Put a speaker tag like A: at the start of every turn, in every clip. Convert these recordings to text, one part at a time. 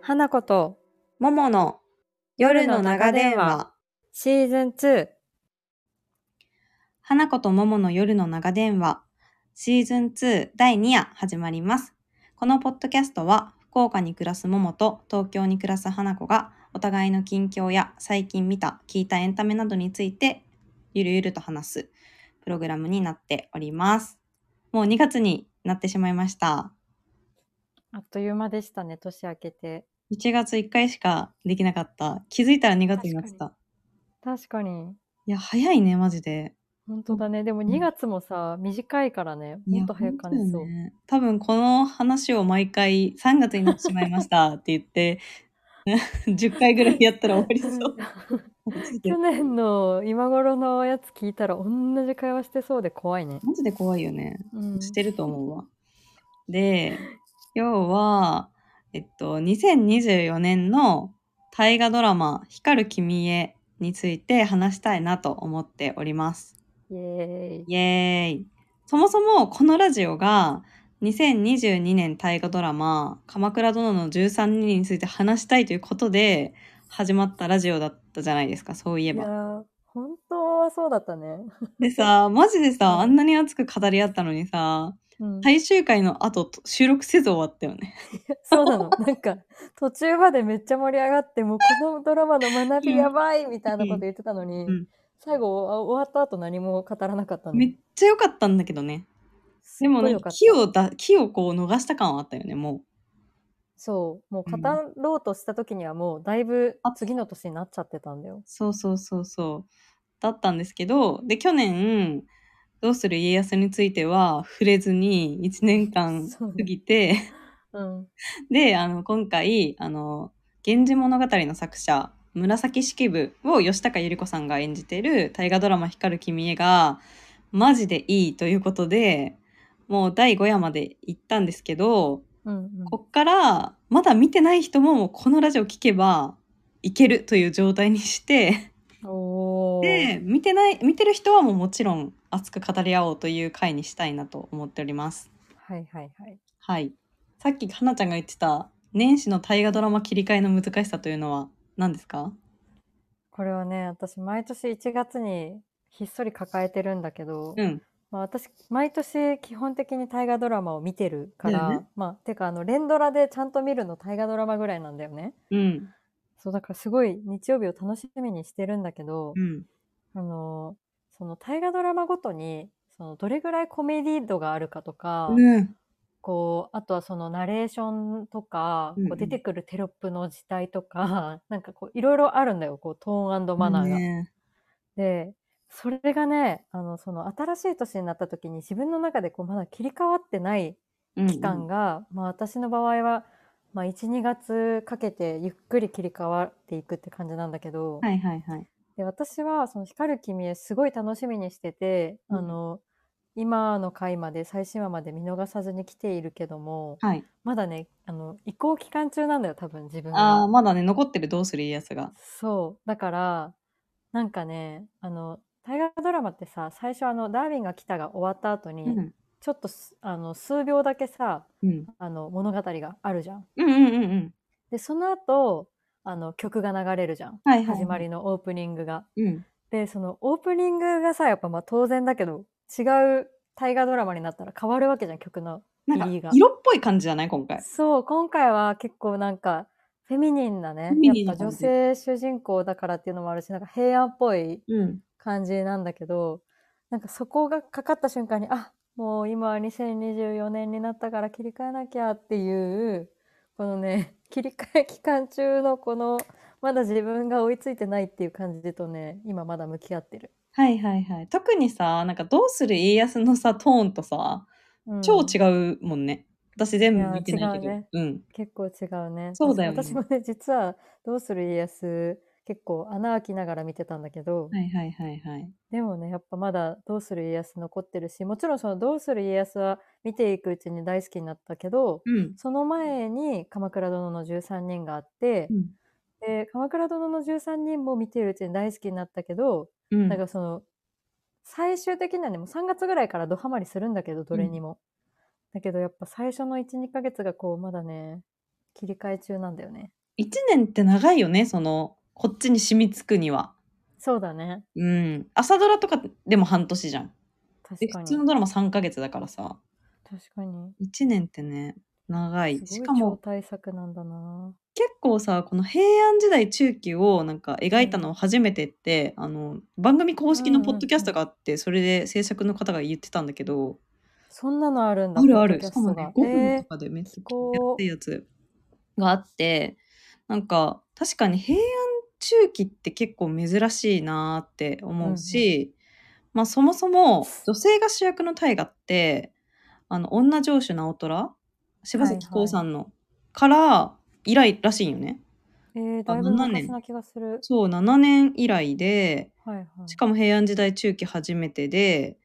A: 花子と
B: ももの夜の長電話。
A: シーズン2
B: 花子とももの夜の長電話。シーズン2第2夜始まります。このポッドキャストは、福岡に暮らすももと東京に暮らす花子が、お互いの近況や最近見た、聞いたエンタメなどについて、ゆるゆると話すプログラムになっております。もう2月になってしまいました。
A: あっという間でしたね年明けて
B: 1月1回しかできなかった。気づいたら2月になってた。
A: 確かに
B: いや、早いね、マジで。
A: 本当だねでも
B: ん
A: 2月もさ、短いからね
B: いや
A: もっと早く感じそう、
B: 本当よね多分この話を毎回3月になってしまい ましたって言って、10回ぐらいやったら終わり そう。
A: 去年の今頃のやつ聞いたら同じ会話してそうで怖いね、
B: マジで怖いよね。
A: うん、
B: してると思うわ。で、今日は、えっと、2024年の大河ドラマ、光る君へについて話したいなと思っております。
A: イエーイ
B: イエーイそもそもこのラジオが2022年大河ドラマ「鎌倉殿の13人」について話したいということで始まったラジオだったじゃないですかそういえ
A: いや
B: ば。
A: ー本当はそうだったね、
B: でさマジで
A: うん
B: さあんなに熱く語り合ったのにさ
A: うん、
B: 最終回の後と収録せず終わったよね。
A: そうなの。なんか、途中までめっちゃ盛り上がって、もうこのドラマの学びやばいみたいなこと言ってたのに、
B: うん
A: 最後あ終わった後何も語らなかったの。
B: めっちゃ良かったんだけどね。でもなんか
A: すっ
B: 木
A: ごい良かっ
B: をだ木をこう逃した感はあったよねもう。
A: たそう。もう
B: うん
A: 語ろうとした時にはもうだいぶ
B: あ
A: 次の年になっちゃってたんだよ。
B: そうそうそうそうだったんですけどで去年「どうする家康」については触れずに1年間
A: そうね
B: 過ぎて
A: うん。
B: であの今回あの「源氏物語」の作者紫式部を吉高由里子さんが演じてる大河ドラマ「光る君へ」がマジでいいということでもう第5夜まで行ったんですけど
A: うん、うん。
B: こっからまだ見てない人ももうこのラジオ聞けばいけるという状態にして。
A: おー
B: で見てない見てる人はもうもちろん熱く語り合おうという回にしたいなと思っております。
A: はいはいはい。
B: はい。さっきはなちゃんが言ってた年始の大河ドラマ切り替えの難しさというのは何ですか？
A: これはね、私毎年1月にひっそり抱えてるんだけど、
B: うん。
A: まあ、私毎年基本的に大河ドラマを見てるか
B: だ
A: ら、
B: よね
A: まあてかあの連ドラでちゃんと見るの大河ドラマぐらいなんだよね
B: うん。
A: そうだからすごい日曜日を楽しみにしてるんだけど、
B: うん。
A: あのその大河ドラマごとにそのどれぐらいコメディ度があるかとか、
B: うん。
A: こうあとはそのナレーションとか、
B: うんうん
A: こう出てくるテロップの字体とか なんかこういろいろあるんだよこうトーンマナーが。
B: ね
A: でそれがねあのその新しい年になった時に自分の中でこうまだ切り替わってない
B: うん
A: 期間が、まあ、私の場合は、まあ、12月かけてゆっくり切り替わっていくって感じなんだけど、
B: はいはいはい。
A: で私はその光る君へすごい楽しみにしてて、
B: うん
A: あの今の回まで最新話まで見逃さずに来ているけども
B: はい。
A: まだねあの移行期間中なんだよ多分自分
B: ああ
A: は。
B: まだね残ってるどうする家康が。
A: そうだからなんかねあの大河ドラマってさ最初あの「ダーウィンが来た」が終わった後に、
B: うん。
A: ちょっとすあの数秒だけさ
B: うん。
A: あの物語があるじゃん。
B: うんうんうんうん。
A: でその後あの曲が流れるじゃん、
B: はいはいはい
A: 始まりのオープニングが。
B: うん。
A: でそのオープニングがさやっぱまあ当然だけど違う大河ドラマになったら変わるわけじゃん曲の。
B: なん
A: いいが
B: か色っぽい感じじゃない今回。
A: そう今回は結構なんかフェミニンなね
B: フェミ
A: や
B: ニンな
A: っぱ女性主人公だからっていうのもあるしなんか平安っぽい
B: うん。
A: 感じなんだけどなんかそこがかかった瞬間にあもう今は2024年になったから切り替えなきゃっていうこのね 切り替え期間中のこのまだ自分が追いついてないっていう感じとね今まだ向き合ってる。
B: はいはいはい。特にさなんかどうする家康のさトーンとさ
A: うん
B: 超違うもんね。私全部見てない
A: い
B: け
A: や違
B: ど。う
A: うね
B: ん。
A: 結構違うね。
B: そうだよね
A: 私もね実は「どうする家康」結構穴開きながら見てたんだけど、
B: はいはいはいはい。
A: でもねやっぱまだ「どうする家康」残ってるしもちろんその「どうする家康」は見ていくうちに大好きになったけど、
B: うん。
A: その前に「鎌倉殿の13人」があって、で鎌倉殿の13人も見ているうちに大好きになったけど、
B: うん。
A: なんかその最終的にはねもう3月ぐらいからドハマりするんだけどどれにも、だけどやっぱ最初の12ヶ月がこうまだね切り替え中なんだよね
B: 1年って長いよね、その、こっちに染みつくには。
A: そうだね。
B: うん。朝ドラとかでも半年じゃん。
A: 確
B: で
A: か
B: 普
A: に。
B: 通の
A: 確
B: ドラマ3ヶ月だからさ。
A: かに。
B: 1年ってね、長い。
A: す
B: し
A: ご
B: か
A: い超
B: も
A: 大作なんだな。
B: 結構さ、この平安時代中期をなんか描いたの初めてって、あの、番組公式のポッドキャストがあって、それで制作の方が言ってたんだけど、
A: そんなのあるんだ。
B: あるある。
A: ポッ
B: し
A: ドキ
B: か
A: ャス
B: も
A: ト
B: ね、
A: が
B: 5分
A: え
B: とかでめっちゃ
A: ーこう
B: やってるやつがあって、なんか確かに平安中期って結構珍しいなーって思うし、まあそもそも女性が主役の大河って、あの、女城主直虎柴咲コウさんの、から以来らしいんよね。
A: えー、だいぶ
B: 7年
A: 昔な気がする。
B: そう、7年以来で、
A: はいはい。
B: しかも平安時代中期初めてで、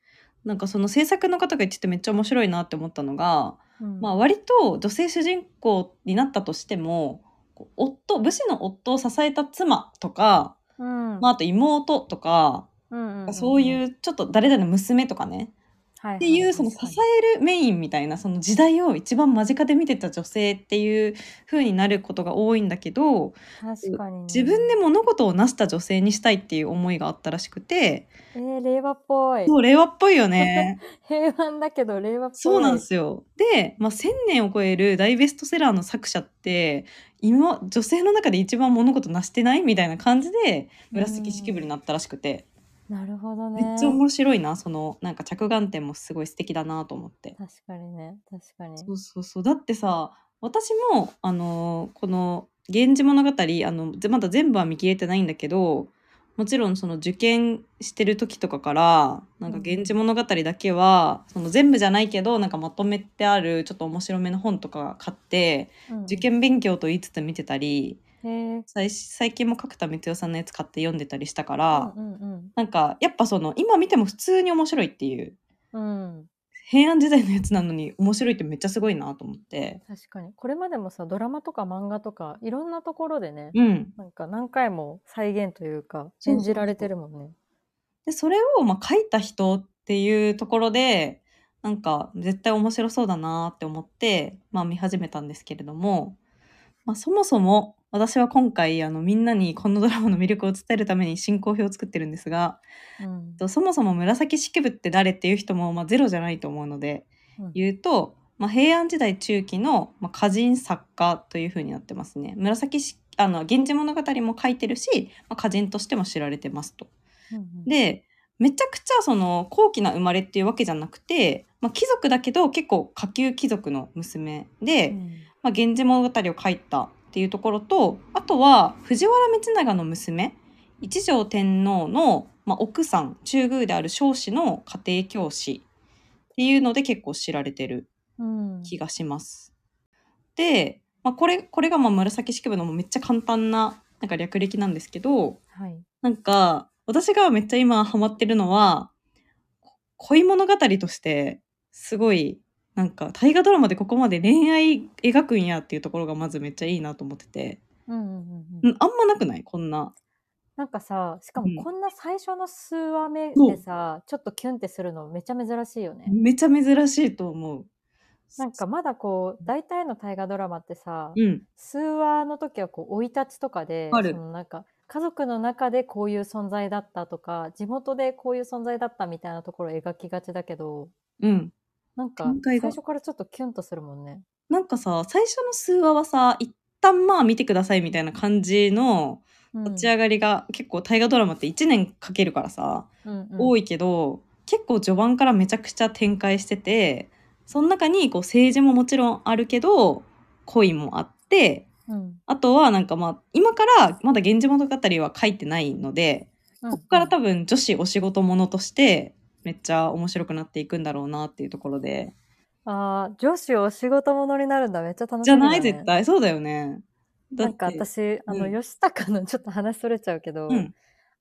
B: なんかその制作の方が言っててめっちゃ面白いなって思ったのが、
A: うん
B: まあ、割と女性主人公になったとしてもこう夫武士の夫を支えた妻とか、
A: うん
B: まあ、あと妹とか、
A: うんうんうん
B: そう
A: うん、
B: いうちょっと誰々の娘とかね、
A: はは
B: っていうその支
A: 確かに
B: えるメインみたいなその時代を一番間近で見てた女性っていう風になることが多いんだけど
A: 確かに、ね、
B: 自分で物事を成した女性にしたいっていう思いがあったらしくて
A: えー、令和っぽい
B: もう令和っぽいよね。
A: 平安だけど令和っぽい
B: そうなんですよ。で、まあ、1,000年を超える大ベストセラーの作者って今女性の中で一番物事成してないみたいな感じで紫式部になったらしくて、
A: なるほどね
B: めっちゃ面白いなそのなんか着眼点もすごい素敵だなと思って。
A: 確かにね確かに
B: そうそうそうだってさ私もあのーこの「源氏物語」あのぜまだ全部は見切れてないんだけどもちろんその受験してる時とかからなんか
A: うん
B: 「源氏物語」だけは、その全部じゃないけどなんかまとめてあるちょっと面白めの本とか買って
A: うん
B: 受験勉強と言いつつ見てたり
A: へえ
B: 最最近も角田光代さんのやつ買って読んでたりしたから、
A: うんうん
B: なんかやっぱその今見ても普通に面白いっていう
A: うん、うん、
B: 平安時代のやつなのに面白いってめっちゃすごいなと思って。
A: 確かにこれまでもさドラマとか漫画とかいろんなところでね、
B: うん、
A: なんか何回も再現というか
B: そうそうそう
A: 演じられてるもんね
B: でそれをまあ書いた人っていうところでなんか絶対面白そうだなって思って、まあ、見始めたんですけれども、まあ、そもそも私は今回あのみんなにこのドラマの魅力を伝えるために進行表を作ってるんですが
A: うん
B: とそもそも紫式部って誰っていう人もまあゼロじゃないと思うので
A: うん
B: 言うと、まあ、平安時代中期の、まあ、歌人作家というふうになってますね。紫式あの源氏物語も書いてるし、まあ、歌人としても知られてますと。
A: うんうん
B: でめちゃくちゃその高貴な生まれっていうわけじゃなくて、まあ、貴族だけど結構下級貴族の娘で
A: う
B: 「
A: ん
B: まあ、源氏物語」を書いたっていうところとあとは藤原道長の娘一条天皇の、まあ、奥さん中宮である彰子の家庭教師っていうので結構知られてる
A: うん
B: 気がします。で、まあ、これこれがまあ紫式部のもうめっちゃ簡単ななんか略歴なんですけど、
A: はい
B: なんか、私がめっちゃ今ハマってるのは、こ恋物語として、すごい、なんか、大河ドラマでここまで恋愛描くんやっていうところがまずめっちゃいいなと思ってて、
A: うんうんうんうん
B: うんあんまなくないこんな。
A: なんかさ、しか
B: うん
A: もこんな最初の数話目
B: そう
A: でさ、ちょっとキュンってするのめちゃ珍しいよね。
B: めちゃ珍しいと思う。
A: なんかまだこう、大体の大河ドラマってさ、
B: うん。
A: 数話の時はこう、生い立ちとかで、
B: ある
A: そのなんか、家族の中でこういう存在だったとか、地元でこういう存在だったみたいなところを描きがちだけど、
B: うん。
A: なんか
B: 展開
A: 最
B: が
A: 初からちょっとキュンとするもんね。
B: なんかさ、最初の数話はさ、一旦まあ見てくださいみたいな感じの
A: うん
B: 立ち上がりが、結構大河ドラマって1年かけるからさ、
A: うんうん
B: 多いけど、結構序盤からめちゃくちゃ展開しててその中にこう政治ももちろんあるけど恋もあって
A: うん
B: あとはなんかまあ今からまだ「源氏物語」は書いてないので
A: うん
B: ここから
A: うん
B: 多分女子お仕事ものとしてめっちゃ面白くなっていくんだろうなっていうところで、
A: ああ、女子お仕事者になるんだ。めっちゃ楽しみ
B: じ
A: だ、
B: ゃ
A: ね。
B: ない絶対そうだよね。だ
A: な
B: っ
A: んか
B: て
A: 私、あの、
B: うん
A: 吉高の、ち ょっと話それちゃうけど、
B: うん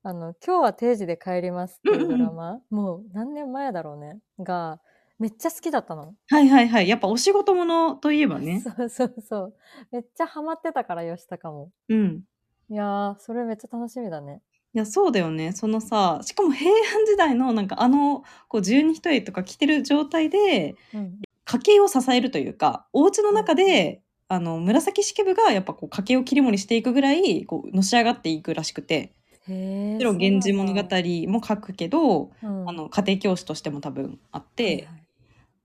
A: あの、今日は定時で帰りますっていう
B: うんうんう
A: ド
B: ん
A: ラマ、もう何年前だろうね、が、めっちゃ好きだったの。
B: はいはいはいやっぱお仕事ものといえばね。
A: そう そうそう。めっちゃハマってたから、吉高も。
B: うん
A: いやー、それめっちゃ楽しみだね。
B: いやそうだよねそのさしかも平安時代のなんかあのこう十二人とか着てる状態で
A: うん。
B: 家計を支えるというかお家の中であの紫式部がやっぱこう家計を切り盛りしていくぐらいこうのし上がっていくらしくて
A: へえ。
B: もちろん「源氏物語」も書くけど
A: そうなんだ、うん
B: あの家庭教師としても多分あって、
A: はいはい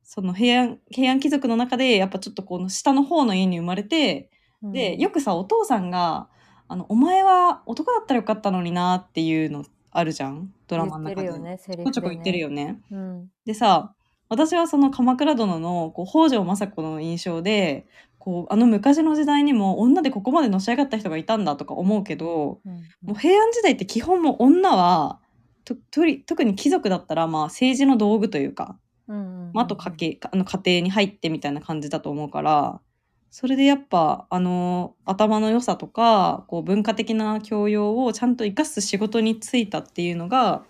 B: その平安平安貴族の中でやっぱちょっとこの下の方の家に生まれて
A: うん
B: でよくさお父さんがあの「お前は男だったらよかったのにな」っていうのあるじゃんドラマ
A: 言
B: の
A: って
B: 中
A: る
B: で
A: よね、セリ
B: ちょこ
A: フ
B: ちょこ言ってるよね。
A: でね。うん。
B: でさ私はその「鎌倉殿の」こう北条政子の印象でこうあの昔の時代にも女でここまでのし上がった人がいたんだとか思うけど
A: うん
B: もう平安時代って基本もう女はととり特に貴族だったらまあ政治の道具というか
A: うんうん
B: まあ、あと家計あの家庭に入ってみたいな感じだと思うからそれでやっぱあの頭の良さとかこう文化的な教養をちゃんと生かす仕事に就いたっていうの
A: うんう
B: が、
A: ん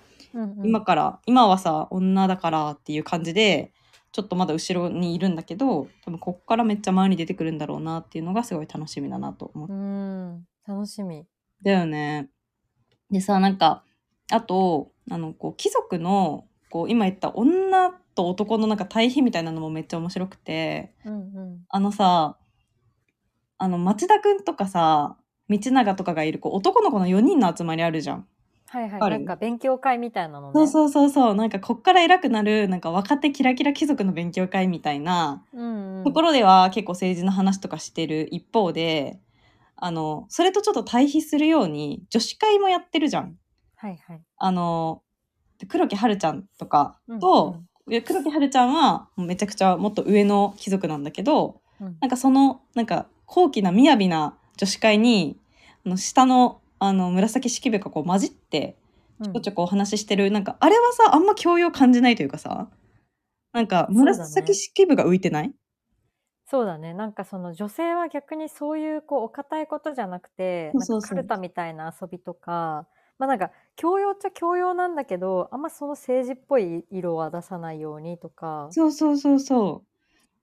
B: 今から今はさ女だからっていう感じでちょっとまだ後ろにいるんだけど多分こっからめっちゃ前に出てくるんだろうなっていうのがすごい楽しみだなと思っ
A: うん、楽しみ。
B: だよね。でさなんかあとあのこう貴族のこう今言った女と男のなんか対比みたいなのもめっちゃ面白くて
A: うんうん。
B: あのさあの町田くんとかさ道長とかがいるこう男の子の4人の集まりあるじゃん。
A: はいはい。
B: あ
A: な
B: る
A: んか勉強会みたいなのね。
B: そうそうそうそうなんかこっから偉くなるなんか若手キラキラ貴族の勉強会みたいな
A: うんうん。
B: ところでは結構政治の話とかしてる一方であのそれとちょっと対比するように女子会もやってるじゃん。
A: はいはい。
B: あの黒木華ちゃんとか
A: うん
B: と、いや黒木華ちゃんはめちゃくちゃもっと上の貴族なんだけど
A: うんうん
B: なんかそのなんか高貴な雅な女子会にあの下のあの紫式部がこう混じって
A: うん
B: ちょこちょこお話ししてるなんかあれはさあんま教養感じないというかさなんか
A: そうだね
B: 紫式部が浮いてない、
A: そうだね。なんかその女性は逆にそういうこうお堅いことじゃなくて、
B: そうそう
A: なん
B: そ
A: か
B: う
A: カルタみたいな遊びとか、まあなんか教養っちゃ教養なんだけど、あんまその政治っぽい色は出さないようにとか。
B: そうそうそうそう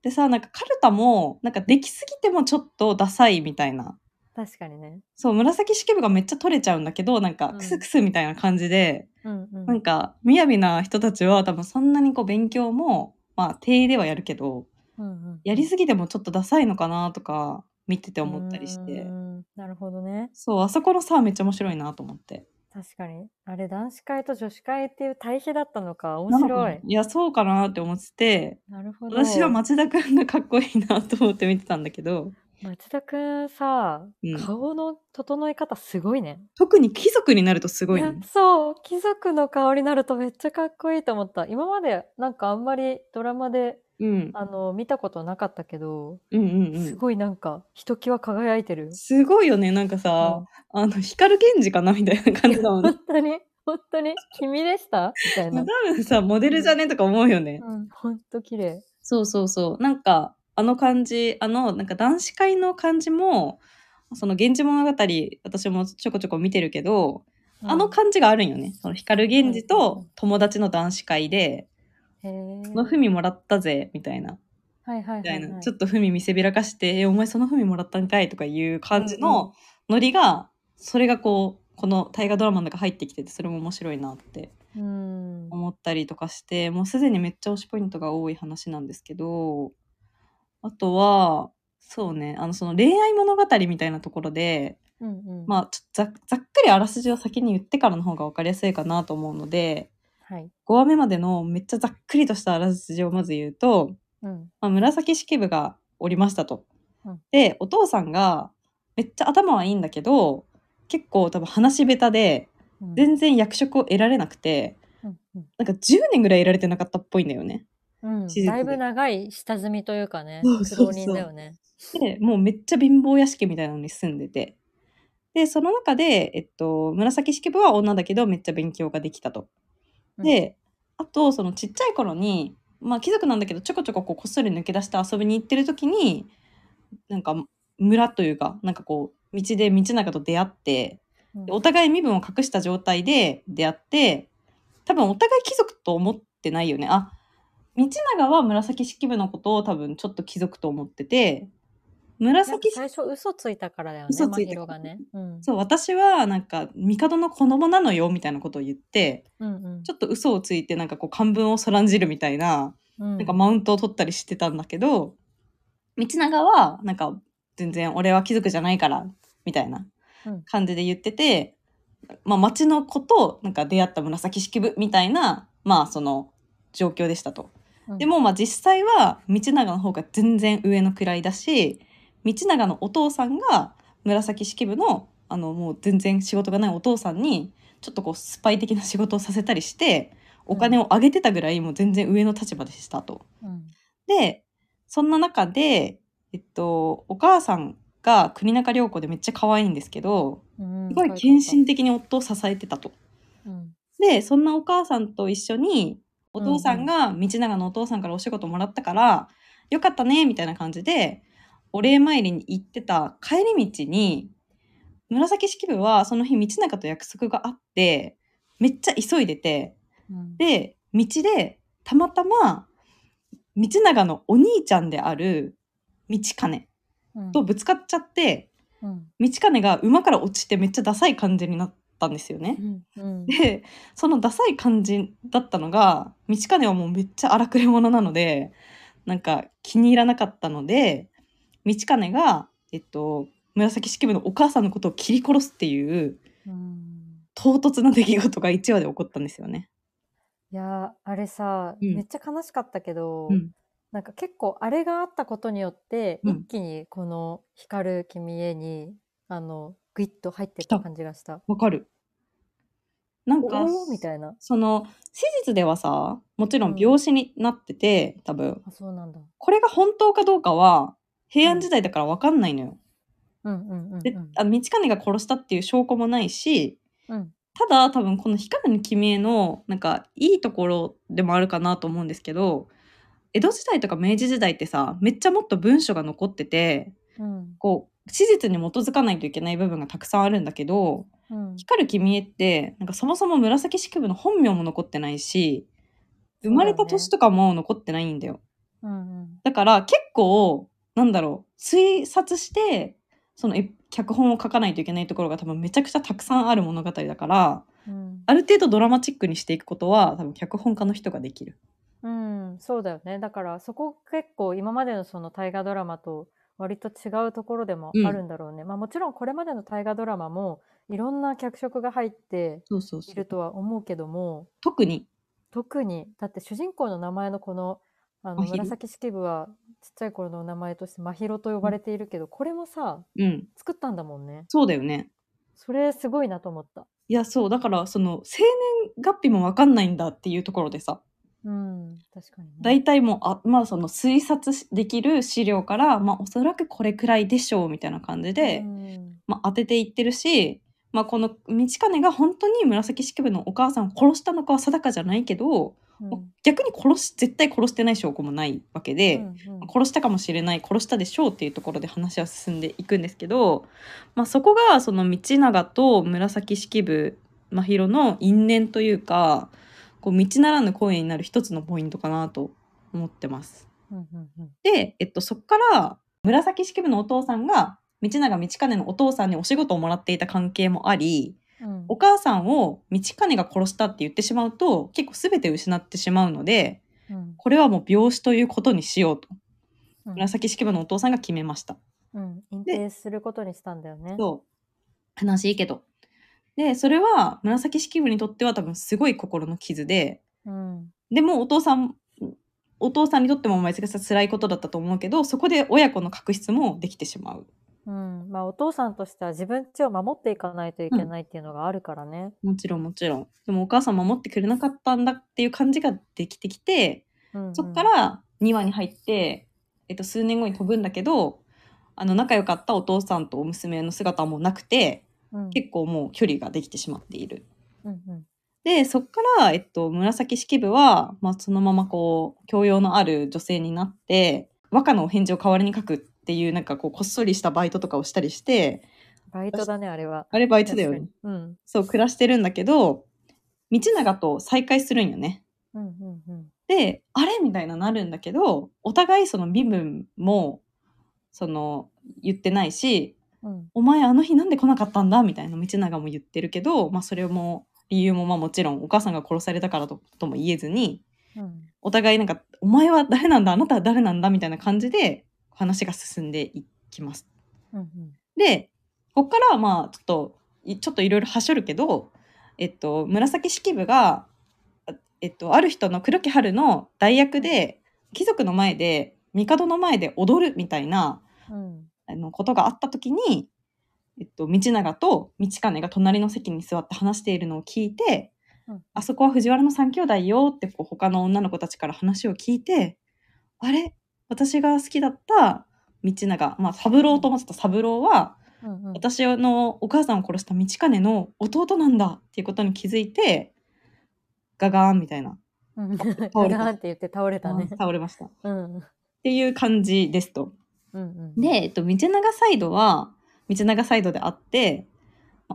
B: でさなんかカルタもなんかできすぎてもちょっとダサいみたいな
A: 確かにね。
B: そう紫式部がめっちゃ取れちゃうんだけどなんか
A: うん
B: クスクスみたいな感じで、
A: うんうん。
B: なんか雅な人たちは多分そんなにこう勉強もまあ定位ではやるけど
A: うんうん、
B: やりすぎてもちょっとダサいのかなとか見てて思ったりして、
A: うーん。なるほどね。
B: そうあそこのさめっちゃ面白いなと思って
A: 確かに。あれ、男子会と女子会っていう対比だったのか。面白
B: ないのか。ないやそうかなって思ってて
A: なるほど。
B: 私は町田くんがかっこいいなと思って見てたんだけど
A: 松田くんさ、
B: うん
A: 顔の整え方すごいね。
B: 特に貴族になるとすごい
A: や
B: ね
A: そう、貴族の顔になるとめっちゃかっこいいと思った。今までなんかあんまりドラマで、
B: うん
A: あの、見たことなかったけど、
B: うんうんう
A: す
B: ん
A: ごいなんか、ひときわ輝いてる。
B: すごいよねなんかさ、あの光源氏かなみたいな感じだもんね
A: 本当に、本当に、君でしたみたい
B: まあ
A: な。
B: 多分さモデルじゃねとか思うよね、
A: うん、ほんと綺麗。
B: そうそうそうなんかあの感じあのなんか男子会の感じもその「源氏物語」私もちょこちょこ見てるけど、あの感じがあるんよねその光源氏と友達の男子会で
A: じ、へ
B: 「
A: ー
B: その文もらったぜ」みたいな
A: はいはい
B: み
A: はい
B: たい
A: は。
B: ないちょ
A: っ
B: っと文見せびらかして「えお前その文もらったんかい」とかいう感じ
A: うんう
B: のノリがそれがこうこの大河ドラマの中入ってきててそれも面白いなって
A: と、うん。
B: 思ったりとかしてもうすでにめっちゃ推しポイントが多い話なんですけどあとはそうねあのその恋愛物語みたいなところで、
A: うんうん。
B: まあ、ちょざざっくりあらすじを先に言ってからの方が分かりやすいかなと思うので
A: はい。
B: 5話目までのめっちゃざっくりとしたあらすじをまず言うと、
A: うん。
B: まあ、紫式部がおりましたと。
A: うん
B: でお父さんがめっちゃ頭はいいんだけど結構多分話下手で
A: うん
B: 全然役職を得られなくて。
A: うんうん
B: なんか10年ぐらい得られてなかったっぽいんだよね。
A: うん、
B: 手術
A: だい
B: で
A: ぶ長い下積みというかね、
B: そう
A: 苦
B: そうそう
A: 労人だよね。
B: で、もうめっちゃ貧乏屋敷みたいなのに住んでて。で、その中で、えっと、紫式部は女だけどめっちゃ勉強ができたと。で、あと、そのちっちゃい頃に、まあ貴族なんだけどちょこちょここうこっそり抜け出して遊びに行ってる時に、なんか村というか、なんかこう、道で道長と出会って、
A: うん、
B: でお互い身分を隠した状態で出会って多分お互い貴族と思ってないよねあ道長は紫式部のことを多分ちょっと貴族と思ってて
A: なんか
B: 紫式
A: 最初嘘ついたからだよね、
B: 嘘
A: 真
B: ついた
A: 宙がね。うん。
B: そう私はなんか帝の子供なのよみたいなことを言って
A: うんうん
B: ちょっと嘘をついてなんかこう漢文をそらんじるみたいな
A: うん
B: なんかマウントを取ったりしてたんだけど道長はなんか全然俺は貴族じゃないから、みたいな
A: うん
B: 感じで言ってて、まあ町の子となんか出会った紫式部みたいな、まあその状況でしたと。
A: うん
B: でもまあ実際は道長の方が全然上の位だし道長のお父さんが紫式部のあのもう全然仕事がないお父さんにちょっとこうスパイ的な仕事をさせたりしてお金をあげてたぐらいもう全然上の立場でしたと。
A: うん
B: でそんな中で、えっと、お母さんが国中涼子でめっちゃ可愛いんですけど
A: うん
B: すごい献身的に夫を支えてたと。
A: うん
B: でそんなお母さんと一緒にお父さんが道長のお父さんからお仕事もらったから、よかったねみたいな感じでお礼参りに行ってた帰り道に紫式部はその日道長と約束があってめっちゃ急いでて
A: うん
B: で道でたまたま道長のお兄ちゃんである道兼
A: うん
B: とぶつかっちゃって
A: うん
B: 道兼が馬から落ちてめっちゃダサい感じになったんですよね。
A: うんうん
B: でそのダサい感じだったのが道金はもうめっちゃ荒くれ者なのでなんか気に入らなかったので道金が、えっと、紫式部のお母さんのことを切り殺すっていう
A: うん
B: 唐突な出来事が1話で起こったんですよね。
A: いやーあれさ、
B: うん
A: めっちゃ悲しかったけど、
B: うん
A: なんか結構あれがあったことによって、
B: うん
A: 一気にこの「光る君へに」あのグイッと入ってった感じがした。
B: わかるなん
A: お
B: か
A: おーみたいな。
B: その史実ではさもちろ
A: うんん
B: 病死になってて多分
A: あそうなんだ。
B: これが本当かどうかは平安時代だから分かんないのよ。
A: うんうんうん
B: であ道金が殺したっていう証拠もないし
A: うん。
B: ただ多分この光の君へのなんかいいところでもあるかなと思うんですけど江戸時代とか明治時代ってさめっちゃもっと文書が残ってて
A: うん
B: こう史実に基づかないといけない部分がたくさんあるんだけど
A: うん。
B: 光る君へってなんかそもそも紫式部の本名も残ってないし
A: そ
B: 生
A: うだよね
B: まれた年とかも残ってないんだよ。
A: うんうん
B: だから結構なんだろう推察してそのえ脚本を書かないといけないところが多分めちゃくちゃたくさんある物語だから。
A: うん
B: ある程度ドラマチックにしていくことは多分脚本家の人ができる。
A: うん、そうだよね。だからそこ結構今までのその大河ドラマと割と違うところでも
B: うん
A: あるんだろうね。まあもちろんこれまでの大河ドラマもいろんな脚色が入って
B: そうそう
A: いるとは思うけども、
B: 特に、
A: 特にだって主人公の名前のこのあの
B: 真昼
A: 紫式部はちっちゃい頃の名前として真宙と呼ばれているけど、これもさ
B: うん、
A: 作ったんだもんね。
B: そうだよね。
A: それすごいなと思った。
B: いや、そう、だから、その、生年月日もわかんないんだっていうところでさ、
A: うん、確かにね。
B: 大体もう、あまあ、その、推察しできる資料から、まあ、おそらくこれくらいでしょう、みたいな感じで、
A: うん
B: まあ、当てていってるし、まあ、この、道金が本当に紫式部のお母さんを殺したのかは定かじゃないけど、
A: うん
B: まあ逆に殺し、絶対殺してない証拠もないわけで、
A: うんうん
B: 殺したかもしれない殺したでしょうっていうところで話は進んでいくんですけど、まあ、そこがその道長と紫式部真宙の因縁というかこう道ならぬ恋になる一つのポイントかなと思ってます。
A: うんうんうん
B: で、えっと、そこから紫式部のお父さんが道長道兼のお父さんにお仕事をもらっていた関係もあり
A: うん
B: お母さんを道兼が殺したって言ってしまうと結構全て失ってしまうので
A: うん
B: これはもう病死ということにしようと
A: うん
B: 紫式部のお父さんが決めました。
A: うん、隠
B: で
A: 蔽することにしたんだよね。
B: そう悲しいけど。でそれは紫式部にとっては多分すごい心の傷で
A: うん、
B: でもお父さんお父さんにとってもめちゃくちゃ辛いことだったと思うけどそこで親子の確執もできてしまう。
A: うん、まあお父さんとしては自分家を守っていかないといけないっていうのがあるからね。
B: もちろんもちろん。でもお母さん守ってくれなかったんだっていう感じができてきて
A: うん、
B: そっか、ら2話に入って、えっと、数年後に飛ぶんだけどあの仲良かったお父さんとお娘の姿はもうなくて
A: うん、
B: 結構もう距離ができてしまっている。
A: うん、うん、
B: でそっから、えっと、紫式部は、まあ、そのままこう教養のある女性になって和歌のお返事を代わりに書くっていうなんかこうこっそりしたバイトとかをしたりして
A: バイトだねあれは。
B: あれバ
A: バ
B: イトだよね。
A: うん、
B: そう暮らしてるんだけど道長と再会するんよね。
A: うん、うん、うん、
B: であれみたいななるんだけどお互いその身分もその言ってないし
A: うん、
B: お前あの日なんで来なかったんだみたいな道長も言ってるけど、まあ、それも理由もまあもちろんお母さんが殺されたからととも言えずに
A: うん、
B: お互いなんか「お前は誰なんだあなたは誰なんだ」みたいな感じで話が進んでいきます。
A: うんうん
B: で、こっからはまあ、ちょっと、いちょっといろいろはしょるけど、えっと、紫式部が、あえっと、ある人の黒木春の代役で、貴族の前で、帝の前で踊るみたいな、
A: うん
B: あの、ことがあった時に、えっと、道長と道兼が隣の席に座って話しているのを聞いて、
A: うん
B: あそこは藤原の三兄弟よってこう他の女の子たちから話を聞いて、あれ私が好きだった道長、まあ、三郎と思ってた三郎は、
A: うんうん
B: 私のお母さんを殺した道兼の弟なんだっていうことに気づいて、ガガーンみたいな、
A: うん
B: 倒れ
A: ガラ
B: た
A: ーンって言って倒れたね。
B: 倒れました。っ
A: うんうん
B: ていう感じですと。
A: うん
B: で、えっと、道長サイドは、道長サイドであって、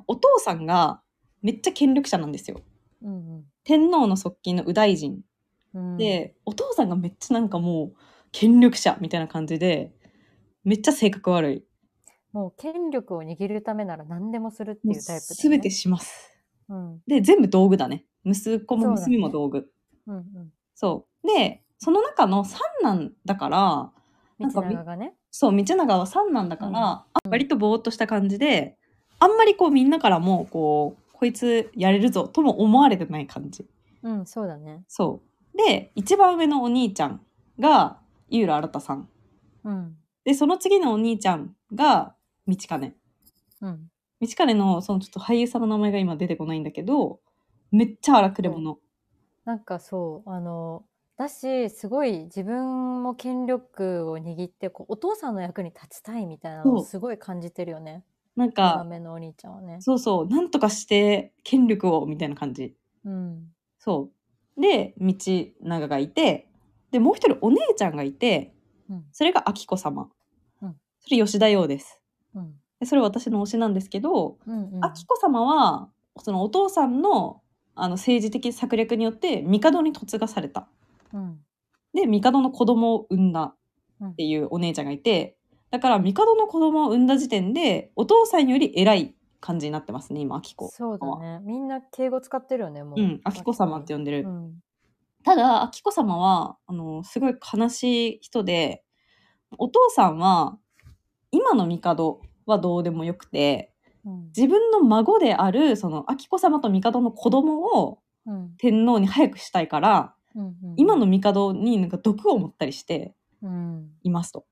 B: お父さんがめっちゃ権力者なんですよ。
A: うん
B: 天皇の側近の右大臣
A: うん、
B: で、お父さんがめっちゃなんかもう権力者みたいな感じで、めっちゃ性格悪い。
A: もう権力を握るためなら何でもするって
B: も
A: いううタイプ
B: すべてします。
A: うん
B: で、全部道具だね。息子も娘も
A: そうだ
B: 道具。
A: うん
B: そう。で、その中の三男だから、
A: う。
B: なんんか
A: 道長がね。
B: そう、道長は三男だから、
A: うん
B: あ割とぼーっとした感じで、あんまりこうみんなからもこう、こいつやれるぞとも思われてない感じ。
A: うん、そうだね。
B: そう。で、一番上のお兄ちゃんが、井浦新さん。
A: うん。
B: で、その次のお兄ちゃんが、道兼。
A: うん。
B: 道兼の、そのちょっと俳優さんの名前が今出てこないんだけど、めっちゃ荒くれ者。
A: なんかそう、あの、だし、すごい自分も権力を握って、こうお父さんの役に立ちたいみたいなの
B: そ
A: を
B: う
A: すごい感じてるよね。
B: なん
A: 長
B: か、
A: めのお兄ちゃんはね。
B: そうそう、なんとかして、権力を、みたいな感じ。
A: うん。
B: そう。で、道長がいて、で、もう一人お姉ちゃんがいて、
A: うん
B: それが明子様。
A: うん
B: それ吉田洋です。
A: うん。
B: でそれ私の推しなんですけど、
A: うんうん。
B: 明子様は、そのお父さんのあの政治的策略によって、帝に嫁がされた。
A: うん。
B: で、帝の子供を産んだ
A: うん
B: っていうお姉ちゃんがいて、だから帝の子供を産んだ時点で、お父さんより偉い感じになってますね、今、明子。
A: そうだね。みんな敬語使ってるよね、もう。
B: うん、明子様って呼んでる。
A: うん。
B: ただ、秋子様は、あの、すごい悲しい人で、お父さんは、今の帝はどうでもよくて、
A: うん。
B: 自分の孫である、その、秋子様と帝の子供を
A: うん。
B: 天皇に早くしたいから、
A: うんうん
B: 今の帝になんか毒を持ったりして
A: うん。
B: いますと。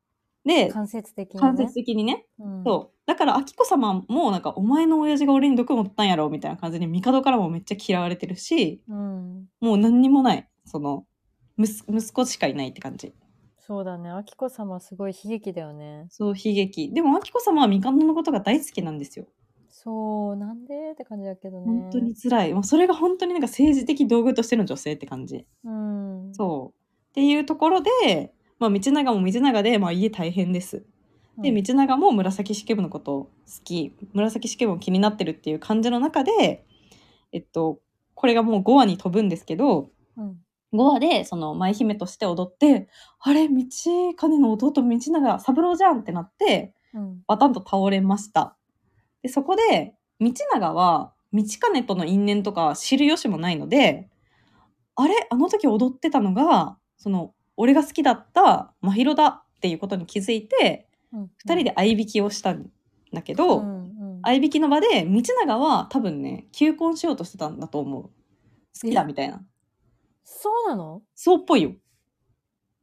B: で、
A: 間接的に、ね。
B: 間接的にね、
A: うん。
B: そう。だから、秋子様も、なんか、お前の親父が俺に毒を持ったんやろ、みたいな感じで、帝からもめっちゃ嫌われてるし、
A: うん。
B: もう何にもない。その、息息子しかいないって感じ。
A: そうだね。あきこ様すごい悲劇だよね。
B: そう、悲劇。でも、あきこ様はミカンのことが大好きなんですよ。
A: そう、なんでって感じだけどね。
B: 本当に。辛い。もうそれが本当になんか政治的道具としての女性って感じ。
A: うん。
B: そう。っていうところで、まあ、道長も道長で、まあ、家大変です。
A: うん。
B: で、道長も紫式部のこと好き、紫式部も気になってるっていう感じの中で、えっと、これがもう5話に飛ぶんですけど、
A: うん。
B: 5話で、その、舞姫として踊って、あれ、道金の弟、道長、三郎じゃんってなって、
A: うん。
B: バタンと倒れました。で、そこで、道長は、道兼との因縁とか知る由もないので、あれあの時踊ってたのが、その、俺が好きだった真宙だっていうことに気づいて、
A: うん。
B: 二人で相引きをしたんだけど、
A: うん。うん。
B: 相引きの場で、道長は多分ね、求婚しようとしてたんだと思う。好きだみたいな。
A: そうなの
B: そうっぽいよ。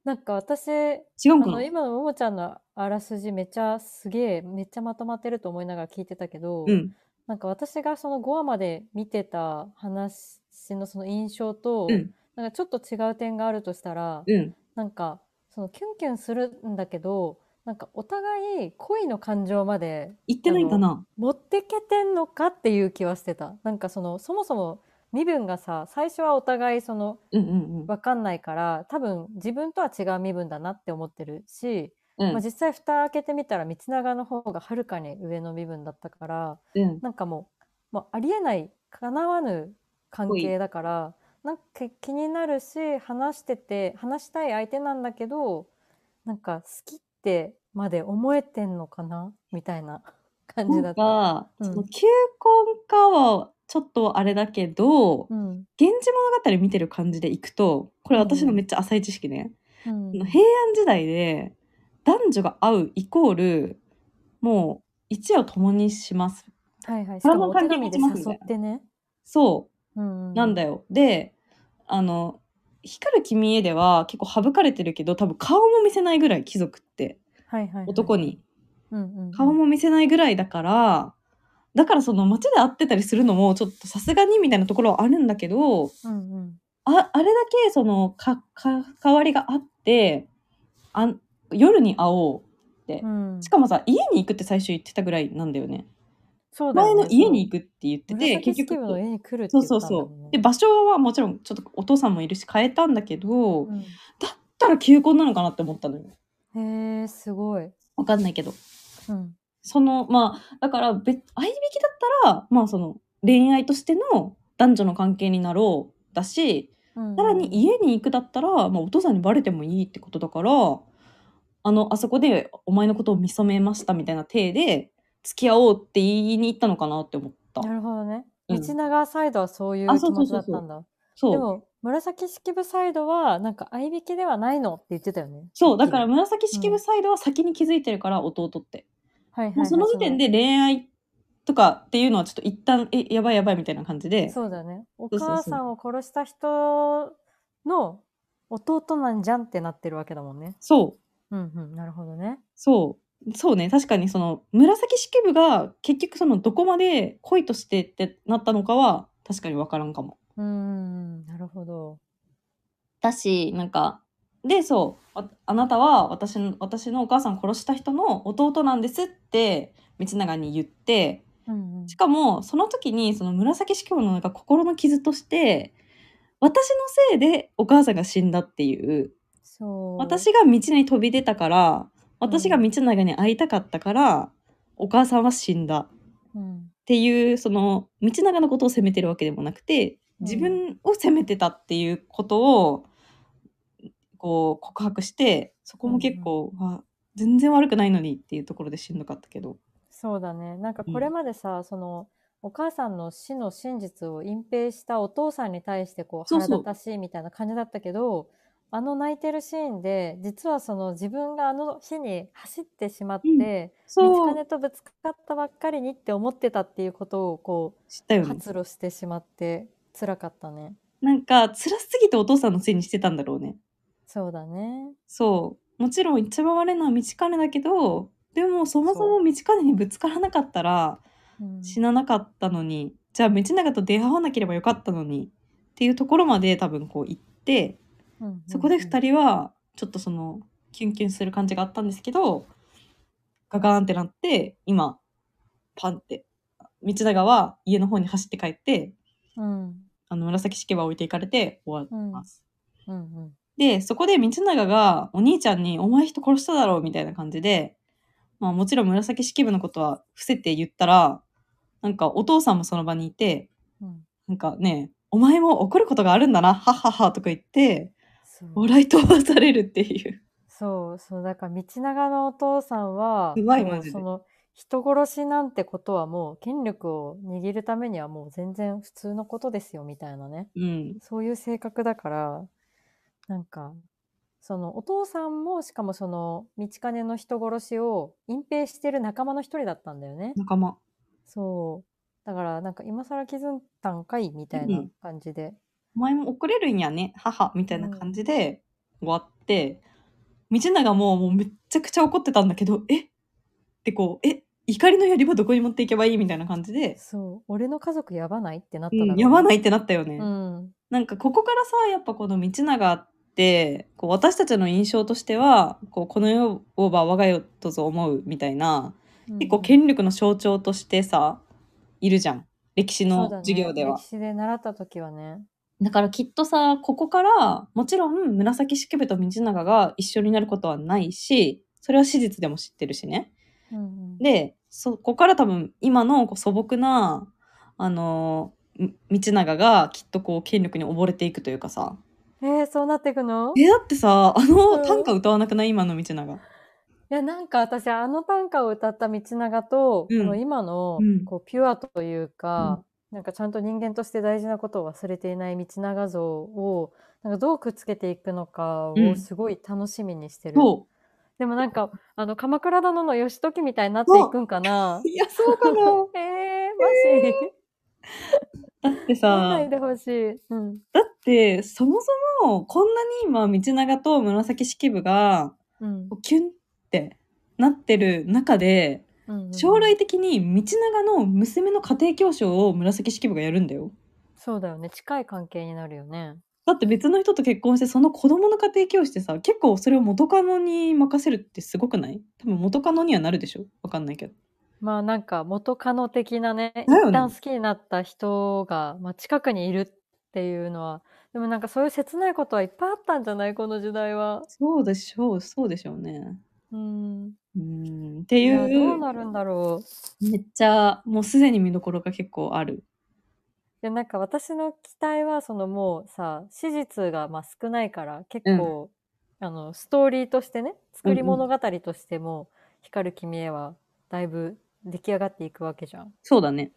A: なんか私、あ
B: 違うんか
A: の、
B: な
A: 今のももちゃんのあらすじめちゃすげえ、めっちゃまとまってると思いながら聞いてたけど、
B: うん。
A: なんか私がその5話まで見てた話のその印象と、
B: うん
A: なんかちょっと違う点があるとしたら、
B: うん。
A: なんかそのキュンキュンするんだけどなんかお互い恋の感情まで
B: 言ってないかな
A: 持ってけてんのかっていう気はしてたなんかそのそもそも身分がさ最初はお互いその
B: うんうんうん。
A: 分かんないから多分自分とは違う身分だなって思ってるし、
B: うん
A: まあ、実際蓋開けてみたら道長の方がはるかに上の身分だったから
B: うん。
A: なんかもうもうありえない叶わぬ関係だからなんか気になるし話してて話したい相手なんだけどなんか好きってまで思えてんのかなみたいな感じだ
B: な
A: った。
B: んか、
A: うん
B: その求婚かはちょっとあれだけど、
A: うん
B: 源氏物語見てる感じでいくと、これ私のめっちゃ浅い知識ね。
A: うん
B: 平安時代で男女が会うイコールもう一夜を共にします。
A: はいはい。し
B: それ
A: か
B: も
A: もお
B: 関
A: 手
B: 係
A: 紙で
B: 持ちま
A: 誘
B: すみたいな
A: ってね。
B: そう
A: うん、
B: なんだ
A: よ。
B: よ。で、あの、光る君へでは結構省かれてるけど、多分顔も見せないぐらい貴族って、
A: はいはい、はい。
B: 男に。
A: うんうんうん、
B: 顔も見せないぐらいだから、だからその街で会ってたりするのもちょっとさすがにみたいなところはあるんだけど、
A: うんうん。
B: ああれだけそのか、か、関わりがあって、あ夜に会お
A: うん
B: う。しかもさ、家に行くって最初言ってたぐらいなんだよね。
A: そうだよ
B: 前
A: ね
B: の家に行くって言って
A: そう
B: て、
A: 紫式部の家に来るって
B: そ
A: 言
B: う
A: った
B: そ
A: ん
B: う
A: だもんね
B: そう。で、場所はもちろん、ちょっとお父さんもいるし変えたんだけど、だったら休校なのかなって思ったのよ。
A: うんへえすごい。
B: わかんないけど。
A: うん
B: その、まあ、だから別、合いびきだったら、まあその、恋愛としての男女の関係になろうだし、
A: うん、
B: さらに
A: い
B: 家に行くだったら、まあお父さんにバレてもいいってことだから、あの、あそこでお前のことを見初めましたみたいな体で、付き合おうって言いに行ったのかなって思った。
A: なるほどね。
B: うん
A: 道長サイドはそういう
B: あそ
A: 気
B: う
A: 持
B: そうそう
A: ち
B: そ
A: だ
B: う
A: ったんだ。
B: そう。
A: でも紫式部サイドはなんか合いびきではないのって言ってたよね。
B: そう、だか
A: は
B: ら
A: い
B: 紫式部サイドは先に気づいてるから、弟って。
A: はいはい、
B: もうその時点で恋愛とかっていうのはちょっと一旦、え、やばいやばいみたいな感じで、
A: そうだね。お
B: そうそう
A: 母さんを殺した人の弟なんじゃんってなってるわけだもんね。
B: そう、
A: うんうん、なるほどね。
B: そう、そうね、確かにその紫式部が結局そのどこまで恋としてってなったのかは確かにわからんかも。
A: うーん、なるほど。
B: だし、なんか、で、そう、ああなたは私の、私のお母さん殺した人の弟なんですって、道長に言って、
A: うんうん
B: し、かもその時にその紫式部のなんか心の傷として私のせいでお母さんが死んだっていう
A: そう。
B: 私が道に飛び出たから私が道長に会いたかったからお母さんは死んだっ
A: うん、
B: ていうその道長のことを責めてるわけでもなくて自分を責めてたっていうことをこう告白してそこも結構、あ全然悪くないのにっていうところでしんどかったけど。
A: そうだね。なんか
B: うん
A: これまでさ、そのお母さんの死の真実を隠蔽したお父さんに対してこう
B: そう
A: 腹
B: そう
A: 立たしいみたいな感じだったけど、あの泣いてるシーンで実はその自分があの日に走ってしまって、道
B: そう
A: 金とぶつかったばっかりにって思ってたっていうことをこ
B: 知ったよ
A: う
B: ね。
A: 発露してしまって辛かったね。
B: なんか辛すぎてお父さんのせいにしてたんだろうね。
A: そうだね。
B: そう。もちろん一番悪いのは道金だけど、でもそもそも道金にぶつからなかったら
A: うん、
B: 死ななかったのに、じゃあ道長と出会わなければよかったのにっていうところまで多分こう行って、
A: うんうんうん
B: そこで2人はちょっとそのキュンキュンする感じがあったんですけど、ガガーンってなって、今、パンって、道長は家の方に走って帰って、
A: うん
B: あの紫式部は置いていかれて終わります。
A: うんうん
B: で、そこで道長がお兄ちゃんに、お前人殺しただろうみたいな感じで、まあもちろん紫式部のことは伏せて言ったら、なんかお父さんもその場にいて、
A: うん
B: なんかね、お前も怒ることがあるんだな、はっはっはとか言って、
A: そう
B: 笑い飛ばされるっていう。
A: そうそうだから道長のお父さんは
B: うまい
A: も
B: マジで
A: その人殺しなんてことはもう権力を握るためにはもう全然普通のことですよみたいなね
B: うん。
A: そういう性格だからなんかそのお父さんもしかもその道金の人殺しを隠蔽してる仲間の一人だったんだよね。
B: 仲間。
A: そうだからなんか今更気づいたんかいみたいな
B: うん
A: 感じで、
B: お前も怒れるんやね、母みたいな感じで終わって、道長ももうめっちゃくちゃ怒ってたんだけど、えってこう、え怒りのやり場どこに持っていけばいいみたいな感じで、
A: そう俺の家族やばないってなっただろうね、
B: うん、やばないってなったよね、
A: うん
B: なんかここからさやっぱこの道長ってこう私たちの印象としてはこうこの世をば我が世とぞ思うみたいな結構権力の象徴としてさいるじゃん歴史
A: そう
B: の
A: だね
B: 授業では
A: 歴史で習った時はね
B: だからきっとさここからもちろん紫式部と道長が一緒になることはないしそれは史実でも知ってるしね
A: うんうん
B: でそこから多分今のこう素朴なあのーみ道長がきっとこう権力に溺れていくというかさ
A: えー、そうなっていくのい
B: えだってさあの
A: うん
B: 短歌歌わなくない今の道長
A: やなんか私あの短歌を歌った道長と、
B: うん
A: この今の、
B: うん
A: こうピュアというか、なんかちゃんと人間として大事なことを忘れていない道長像をなんかどうくっつけていくのか
B: うん
A: をすごい楽しみにしてる、
B: そ
A: でもなんか、あの、鎌倉殿の義時みたいになっていくんかな。
B: いや、そうか な。
A: ええー、マジ、
B: だって
A: な
B: さ
A: んない、でほしい。うん。
B: だって、そもそも、こんなに今、道長と紫式部が、
A: うん
B: こ。うキュンってなってる中で、
A: うんうん
B: 将来的に道長の娘の家庭教師を紫式部がやるんだよ。
A: そうだよね。近い関係になるよね。
B: だって別の人と結婚してその子供の家庭教師ってさ結構それを元カノに任せるってすごくない多分元カノにはなるでしょわかんないけど
A: まあなんか元カノ的なね、
B: だよね
A: 一旦好きになった人が、まあ、近くにいるっていうのは、でもなんかそういう切ないことはいっぱいあったんじゃないこの時代は。
B: そうでしょうそうでしょうね
A: うん。
B: うーんって
A: い
B: い
A: や、
B: う
A: どうなるんだろう。
B: めっちゃもうすでに見どころが結構ある
A: でなんか私の期待はそのもうさ史実がまあ少ないから結構、あのストーリーとしてね作り物語としても「光る君へ」はだいぶ出来上がっていくわけじゃん。
B: そうだね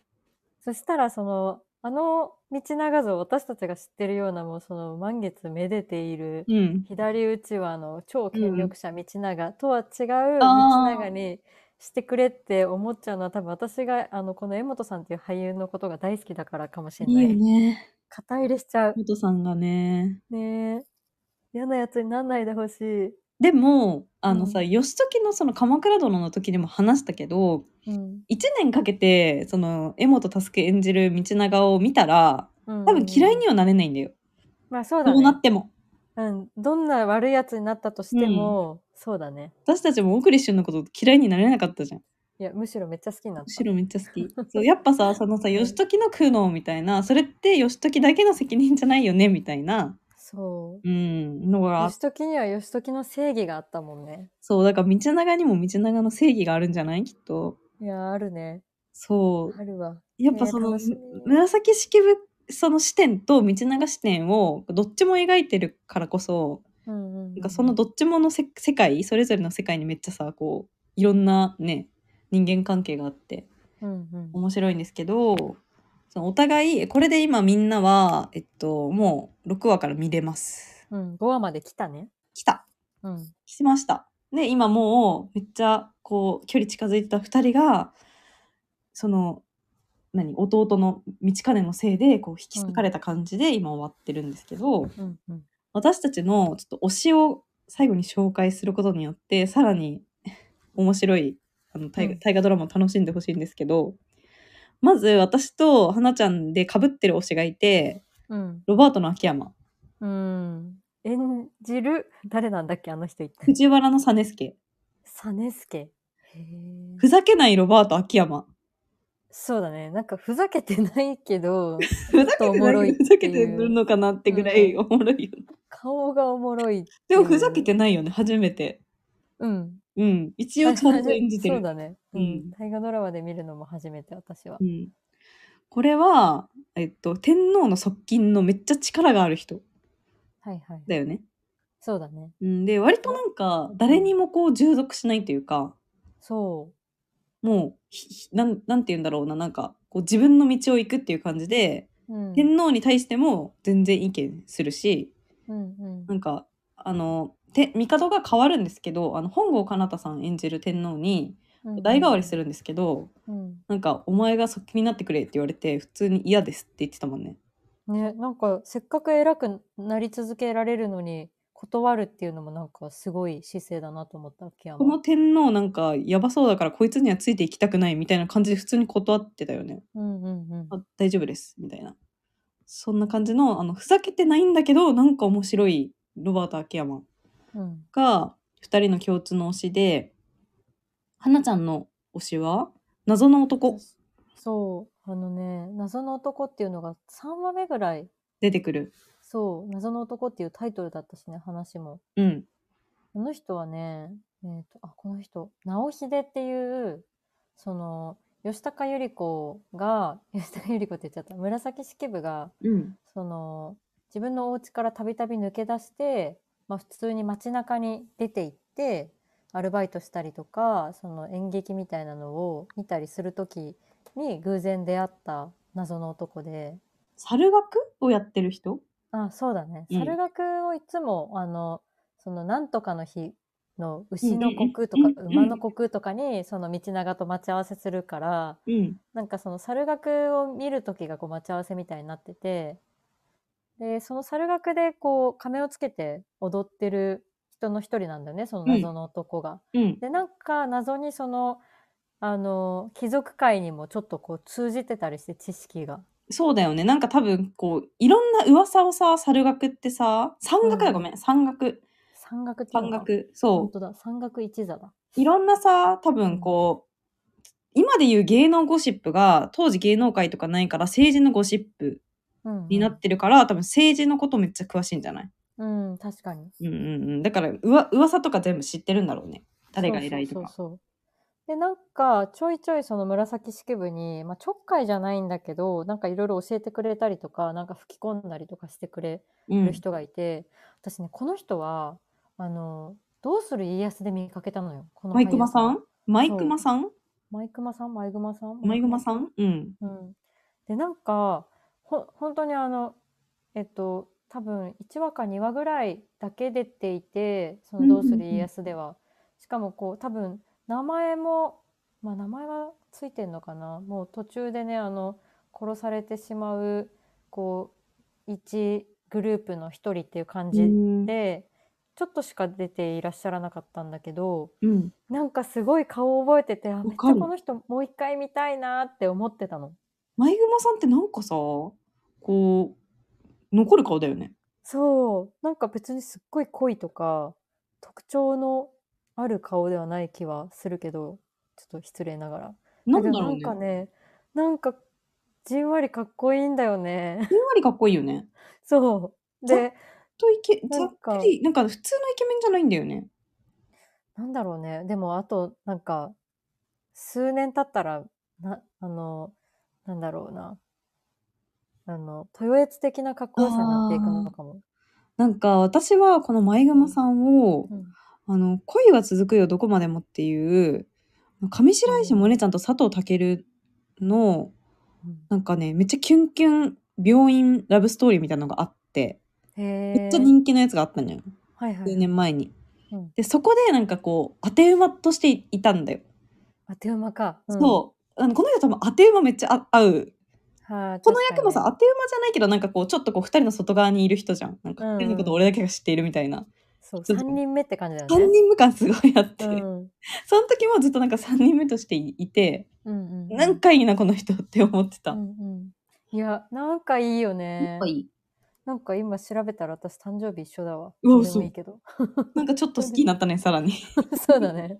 A: そしたらそのあの道長像私たちが知ってるようなもうその満月めでている
B: うん
A: 左打ちはあの超権力者道長とは違う道
B: あー
A: 長にしてくれって思っちゃうのは多分私があのこの江本さんっていう俳優のことが大好きだからかもしれない
B: いよ
A: い。
B: ね
A: 肩入れしちゃう。
B: 元さんがね
A: ねえ。嫌なやつになんないでほしい。
B: でもあのさ、
A: うん
B: 義時のその鎌倉殿の時にも話したけど
A: うん。
B: 1年かけてその江本佑演じる道長を見たら
A: 多
B: 多分嫌いにはなれないんだよ、
A: まあそう
B: ど
A: だ
B: うな
A: ね。
B: っても
A: うん。どんな悪いやつになったとしても、そうだね。
B: 私たちもオクリッシュのこと嫌いになれなかったじゃん。
A: いや、むしろめっちゃ好きになっ
B: む
A: た
B: し。ろめっちゃ好き。そうやっぱさ、そのさ、
A: うん
B: 義時の苦悩みたいな、それって義時だけの責任じゃないよね、みたいな、
A: そう。
B: うん、のが、
A: 義時には義時の正義があったもんね。
B: そう、だから道長にも道長の正義があるんじゃないきっと。
A: いや、あるね。
B: そう。
A: あるわ。
B: やっぱそ
A: ね
B: の、
A: 楽しみ
B: 紫式部、その視点と道長視点を、どっちも描いてるからこそ、
A: うんうんうん。
B: なんかそのどっちものせ世界、それぞれの世界にめっちゃさ、こう、いろんなね、人間関係があって、
A: うんうん。
B: 面白いんですけどそのお互いこれで今みんなは、えっと、もう6話から見れます
A: うん。5話まで来たね。
B: 来た
A: うん。
B: 来ましたで今もうめっちゃこう距離近づいてた2人がその何弟の道金のせいでこう引き裂かれた感じで今終わってるんですけど、
A: うんうん。
B: 私たちのちょっと推しを最後に紹介することによってさらに 面白いあの大
A: う
B: 河
A: ん
B: 大河ドラマを楽しんでほしいんですけど、まず私と花ちゃんでかぶってる推しがいて
A: うん。
B: ロバートの秋山
A: うん。演じる、誰なんだっけあの人言って。
B: 藤原の実助
A: サネスケ。へえ。
B: ふざけないロバート秋山
A: そうだね。なんかふざけてないけ ど、
B: ふざけて
A: お
B: な
A: も
B: い
A: ろいっていう
B: ふざけてるのかなってぐらいおもろいよね、
A: 顔がおもろいってい
B: で
A: う
B: もふざけてないよね初めて
A: うん。
B: うん一応ちゃんと演じて
A: そう
B: る、
A: だね。う
B: うん
A: ん。大河ドラマで見るのも初めて、私は
B: う。ん、これは、えっと、天皇の側近のめっちゃ力がある人
A: はいはい。
B: だよね
A: そうだね。
B: うんで割となんか誰にもこう従属しないというか
A: そ
B: もうひひなんなんて言うんだろうななんかこう自分の道を行くっていう感じで、
A: う。うん。
B: 天皇に対しても全然意見するし
A: うんうん
B: なんかあのて帝が変わるんですけどあの本郷奏多さん演じる天皇に
A: うん。
B: 代替わりするんですけど、
A: うん。
B: なんか「お前が側近になってくれ」って言われて普通に「嫌です」って言ってたもんね。
A: ね、なんかせっかく偉くなり続けられるのに、断るっていうのもなんかすごい姿勢だなと思った、秋
B: この
A: 山。
B: 天皇なんかやばそうだからこいつにはついていきたくないみたいな感じで普通に断ってたよね。
A: うんうんうん。
B: あ大丈夫ですみたいなそんな感じのあのふざけてないんだけどなんか面白いロバート秋山
A: うん。
B: が2人の共通の推しで花ちゃんの推しは謎の男
A: そう。あのね、謎の男っていうのが3話目ぐらい
B: 出てくる
A: そう、謎の男っていうタイトルだったしね、話も。
B: うん
A: この人はね、えーと、あ、この人、直秀っていう、その、吉高由里子が、 吉高由里子って言っちゃった、紫式部が、
B: うん
A: その、自分のお家からたびたび抜け出して、まあ普通に街中に出て行って、アルバイトしたりとか、その演劇みたいなのを見たりするときに偶然出会った謎の男で、
B: 猿楽をやってる人
A: あ、そうだね。
B: うん
A: 猿楽をいつも、あの、その、なんとかの日の牛の虚空と
B: うん
A: か
B: うんうん
A: 馬の虚空とかにその道長と待ち合わせするから
B: うん。
A: なんかその猿楽を見る時がこう待ち合わせみたいになっててでその猿楽でこう仮面をつけて踊ってる人の一人なんだよねその謎の男が。
B: うん。
A: でなんか謎にそのあの貴族界にもちょっとこう通じてたりして知識が。
B: そうだよね。なんか多分、こう、いろんな噂をさ、猿学ってさ、山岳
A: う
B: だ、
A: ん
B: ごめん。山岳。
A: 山岳っていう
B: 山
A: のか
B: 岳。
A: 本
B: そ
A: 当だ山岳一座だ。
B: う。いろんなさ、多分こう、今で言う芸能ゴシップが、当時芸能界とかないから、政治のゴシップ
A: うんうん
B: になってるから、多分政治のことめっちゃ詳しいんじゃない
A: うん確かに。
B: うんうんうん。だから、うわ、噂とか全部知ってるんだろうね。誰が偉いと
A: そうそう
B: か。
A: そうそうでなんかちょいちょいその紫式部に、まあ、ちょっかいじゃないんだけどなんかいろいろ教えてくれたりとかなんか吹き込んだりとかしてくれ
B: うん
A: る。人がいて、私ねこの人はあの「どうする家康」で見かけたのよこの
B: マイクマさ
A: 俳優
B: んマイクマさん
A: マイクマさんマイグマさん
B: マイクマさんうん。
A: うん、でなんかほ本当にあのえっと多分1話か2話ぐらいだけ出ていて「そ
B: うん
A: のどうす
B: うん
A: る
B: うん
A: 家康」では、しかもこう多分名前もまあ名前はついてんのかなもう途中でねあの殺されてしまうこう一グループの一人っていう感じ
B: うん
A: で、ちょっとしか出ていらっしゃらなかったんだけど
B: うん。
A: なんかすごい顔を覚えててあめっちゃ
B: かる
A: この人もう一回見たいなって思ってたの。
B: マイグマさんってなんかさ、こう、残る顔だよね。
A: そうなんか別にすっごい濃いとか特徴のある顔ではない気はするけどちょっと失礼ながら
B: なん
A: け
B: だ
A: ど
B: ろ
A: な
B: うね。
A: んかねなんかじんわりかっこいいんだよね
B: ふんわりかっこいいよね。
A: そうで
B: とイケ、ざ
A: なん
B: っ
A: か
B: くり、なんか普通のイケメンじゃないんだよね。
A: なんだろうねでもあとなんか数年経ったらなあのなんだろうなあの豊悦的な格好良さになっていくのかも。
B: なんか私はこのマイグマさんを、
A: うん
B: あの、恋は続くよどこまでもっていう、上白石萌音ちゃんと佐藤健の、
A: うん
B: なんかね、めっちゃキュンキュン病院ラブストーリーみたいなのがあって、
A: へ
B: めっちゃ
A: え
B: 人気のやつがあったのよ。
A: はいは
B: 数
A: い。
B: 年前に。
A: うん
B: で、そこでなんかこう、当て馬としていたんだよ。
A: あ手馬か。うん
B: そう。あのこの人多分当て馬めっちゃあ合う。
A: はい
B: この役もさ、
A: 確か
B: 当て馬じゃないけど、なんかこう、ちょっとこう、二人の外側にいる人じゃん。なんか、
A: うん
B: 二人のこと俺だけが知っているみたいな。
A: にね
B: ち
A: そ
B: ょ
A: う
B: っと
A: 3人目って感じだよね
B: 三人無感すごいあって、
A: うん
B: その時もずっとなんか三人目としていいて、
A: うんうんうん
B: なんかいいな、この人って思ってた。
A: うんうんいやなんかいいよね
B: い
A: なんか今調べたら私誕生日一緒だわ
B: う
A: ど
B: わ
A: でもいいけど
B: なんかちょっと好きになったね、さらに。
A: そうだね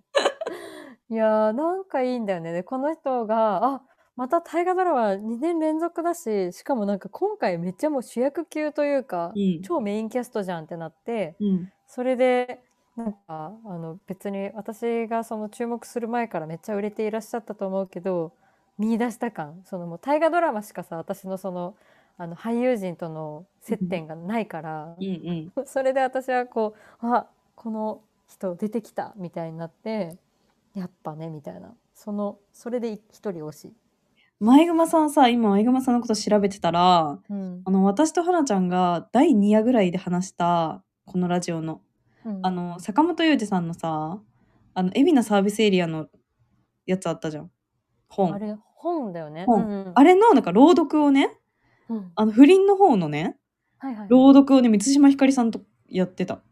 A: いやーなんかいいんだよねでこの人があまた大河ドラマ2年連続だししかもなんか今回めっちゃもう主役級と いうか、
B: うん
A: 超メインキャストじゃんってなって
B: うん。
A: それでなんかあの別に私がその注目する前からめっちゃ売れていらっしゃったと思うけど見出した感そのもう大河ドラマしかさ私のそのあの俳優陣との接点がないから
B: うん、うん。
A: それで私はこうあこの人出てきたみたいになってやっぱねみたいなそのそれで一人推し。
B: 前熊さんさ、今、前熊さんのこと調べてたら、
A: うん
B: あの、私と花ちゃんが第2夜ぐらいで話した、このラジオの。
A: うん
B: あの坂本裕二さんのさあの海老名サービスエリアのやつあったじゃん本
A: あ
B: あれ
A: れ本だよね。
B: 本
A: うんうん
B: のなんか朗読をね
A: うん
B: あの不倫の方のね
A: はいはい。
B: 朗読をね満島ひかりさんとやってた
A: 満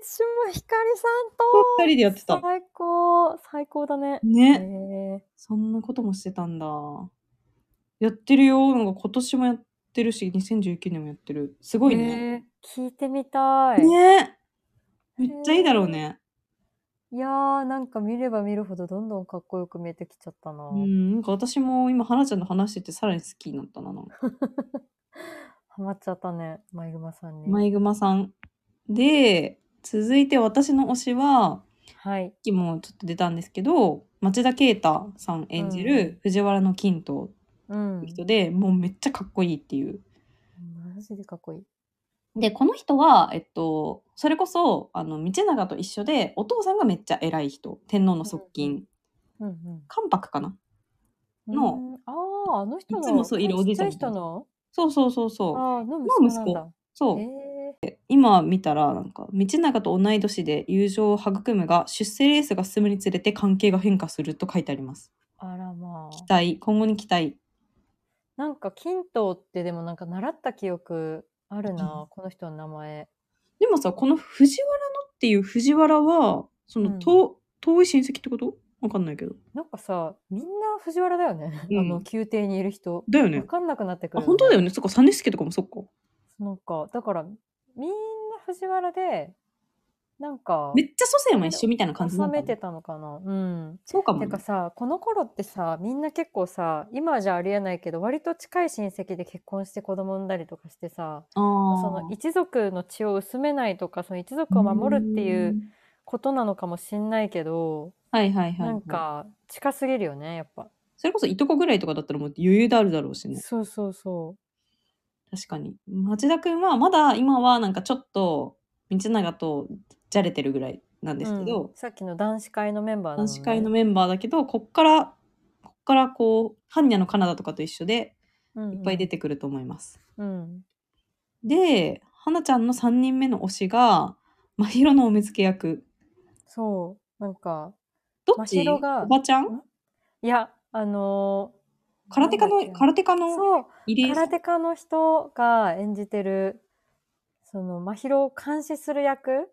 A: 島ひかりさんと
B: 二人でやってた
A: 最高最高だね。
B: ね
A: へえ
B: そんなこともしてたんだやってるよなんか今年もやってるし2019年もやってるすごいね
A: へえ聞いてみたい。
B: ねめっちゃいいだろうね、
A: いやーなんか見れば見るほどどんどんかっこよく見えてきちゃったな。
B: うんなんか私も今花ちゃんと話しててさらに好きになったななんか
A: ハマっちゃったねマイグマさんに。
B: マイグマさん。で、続いて私の推しは、
A: はい。
B: さっきもちょっと出たんですけど、町田啓太さん演じる藤原の金と
A: うん。
B: 人で、もうめっちゃかっこいいっていう。
A: マジでかっこいい。
B: で、この人は、えっと、それこそ、あの、道長と一緒で、お父さんがめっちゃ偉い人、天皇の側近、
A: うん
B: 関白かな。
A: うん。
B: の
A: うんあああの人の。
B: いつもそういるおじいちゃん
A: ちっちゃい人の。
B: そうそうそうそう。
A: ああの
B: の
A: 息子
B: 息
A: な
B: 子
A: んだ。
B: そう。
A: ええ
B: 今見たらなんか道長と同い年で友情を育むが出世レースが進むにつれて関係が変化すると書いてあります
A: あらま
B: 期
A: あ。
B: 待今後に期待
A: なんか、金刀ってでもなんか習った記憶あるな、
B: う
A: この人の名前。
B: でもさこの藤原のっていう藤原はそ
A: う
B: の、
A: ん
B: 遠遠い親戚ってことわかんないけど
A: なんかさ、みんな藤原だよね。
B: うん
A: あの、宮廷にいる人。
B: だよ
A: わ
B: ね
A: かんなくなってく
B: あ
A: る、
B: 本当だよねそっか実助とかもそっか
A: なんか、だから、みんな藤原で、なんか、
B: めっちゃ祖先は一緒みたいな感じな
A: 収
B: のか
A: め
B: な
A: てたのかな。うん。
B: そうかもね、
A: てかさ、この頃ってさ、みんな結構さ、今じゃありえないけど、割と近い親戚で結婚して子供産んだりとかしてさ、
B: あ
A: その一族の血を薄めないとか、その一族を守るっていううんことなのかもしんないけど、
B: はいはいはいはい、
A: なんか近すぎるよね、やっぱ。
B: それこそいとこぐらいとかだったらもう余裕であるだろうしね
A: そうそうそ
B: 確かに町田君はまだ今はなんかちょっと道長とじゃれてるぐらいなん
A: う。
B: ですけど、
A: うんさっきの男子会のメンバーなの、
B: 男
A: ね。
B: 子会のメンバーだけどこっからこっからこう般若のカナダとかと一緒でいっぱい出
A: て。
B: てくると思います。
A: うん。
B: で花ちゃんの3人目の推しが真宙のお目付け役
A: そう。なんか、
B: どっち
A: 真宙が
B: おばちゃん
A: いや、あの
B: 空手家
A: なんだ
B: の
A: っけ
B: 空手家
A: ー
B: の
A: そう、
B: 入江さ
A: 空
B: ん
A: 手家の人が演じてる、その、真宙を監視する役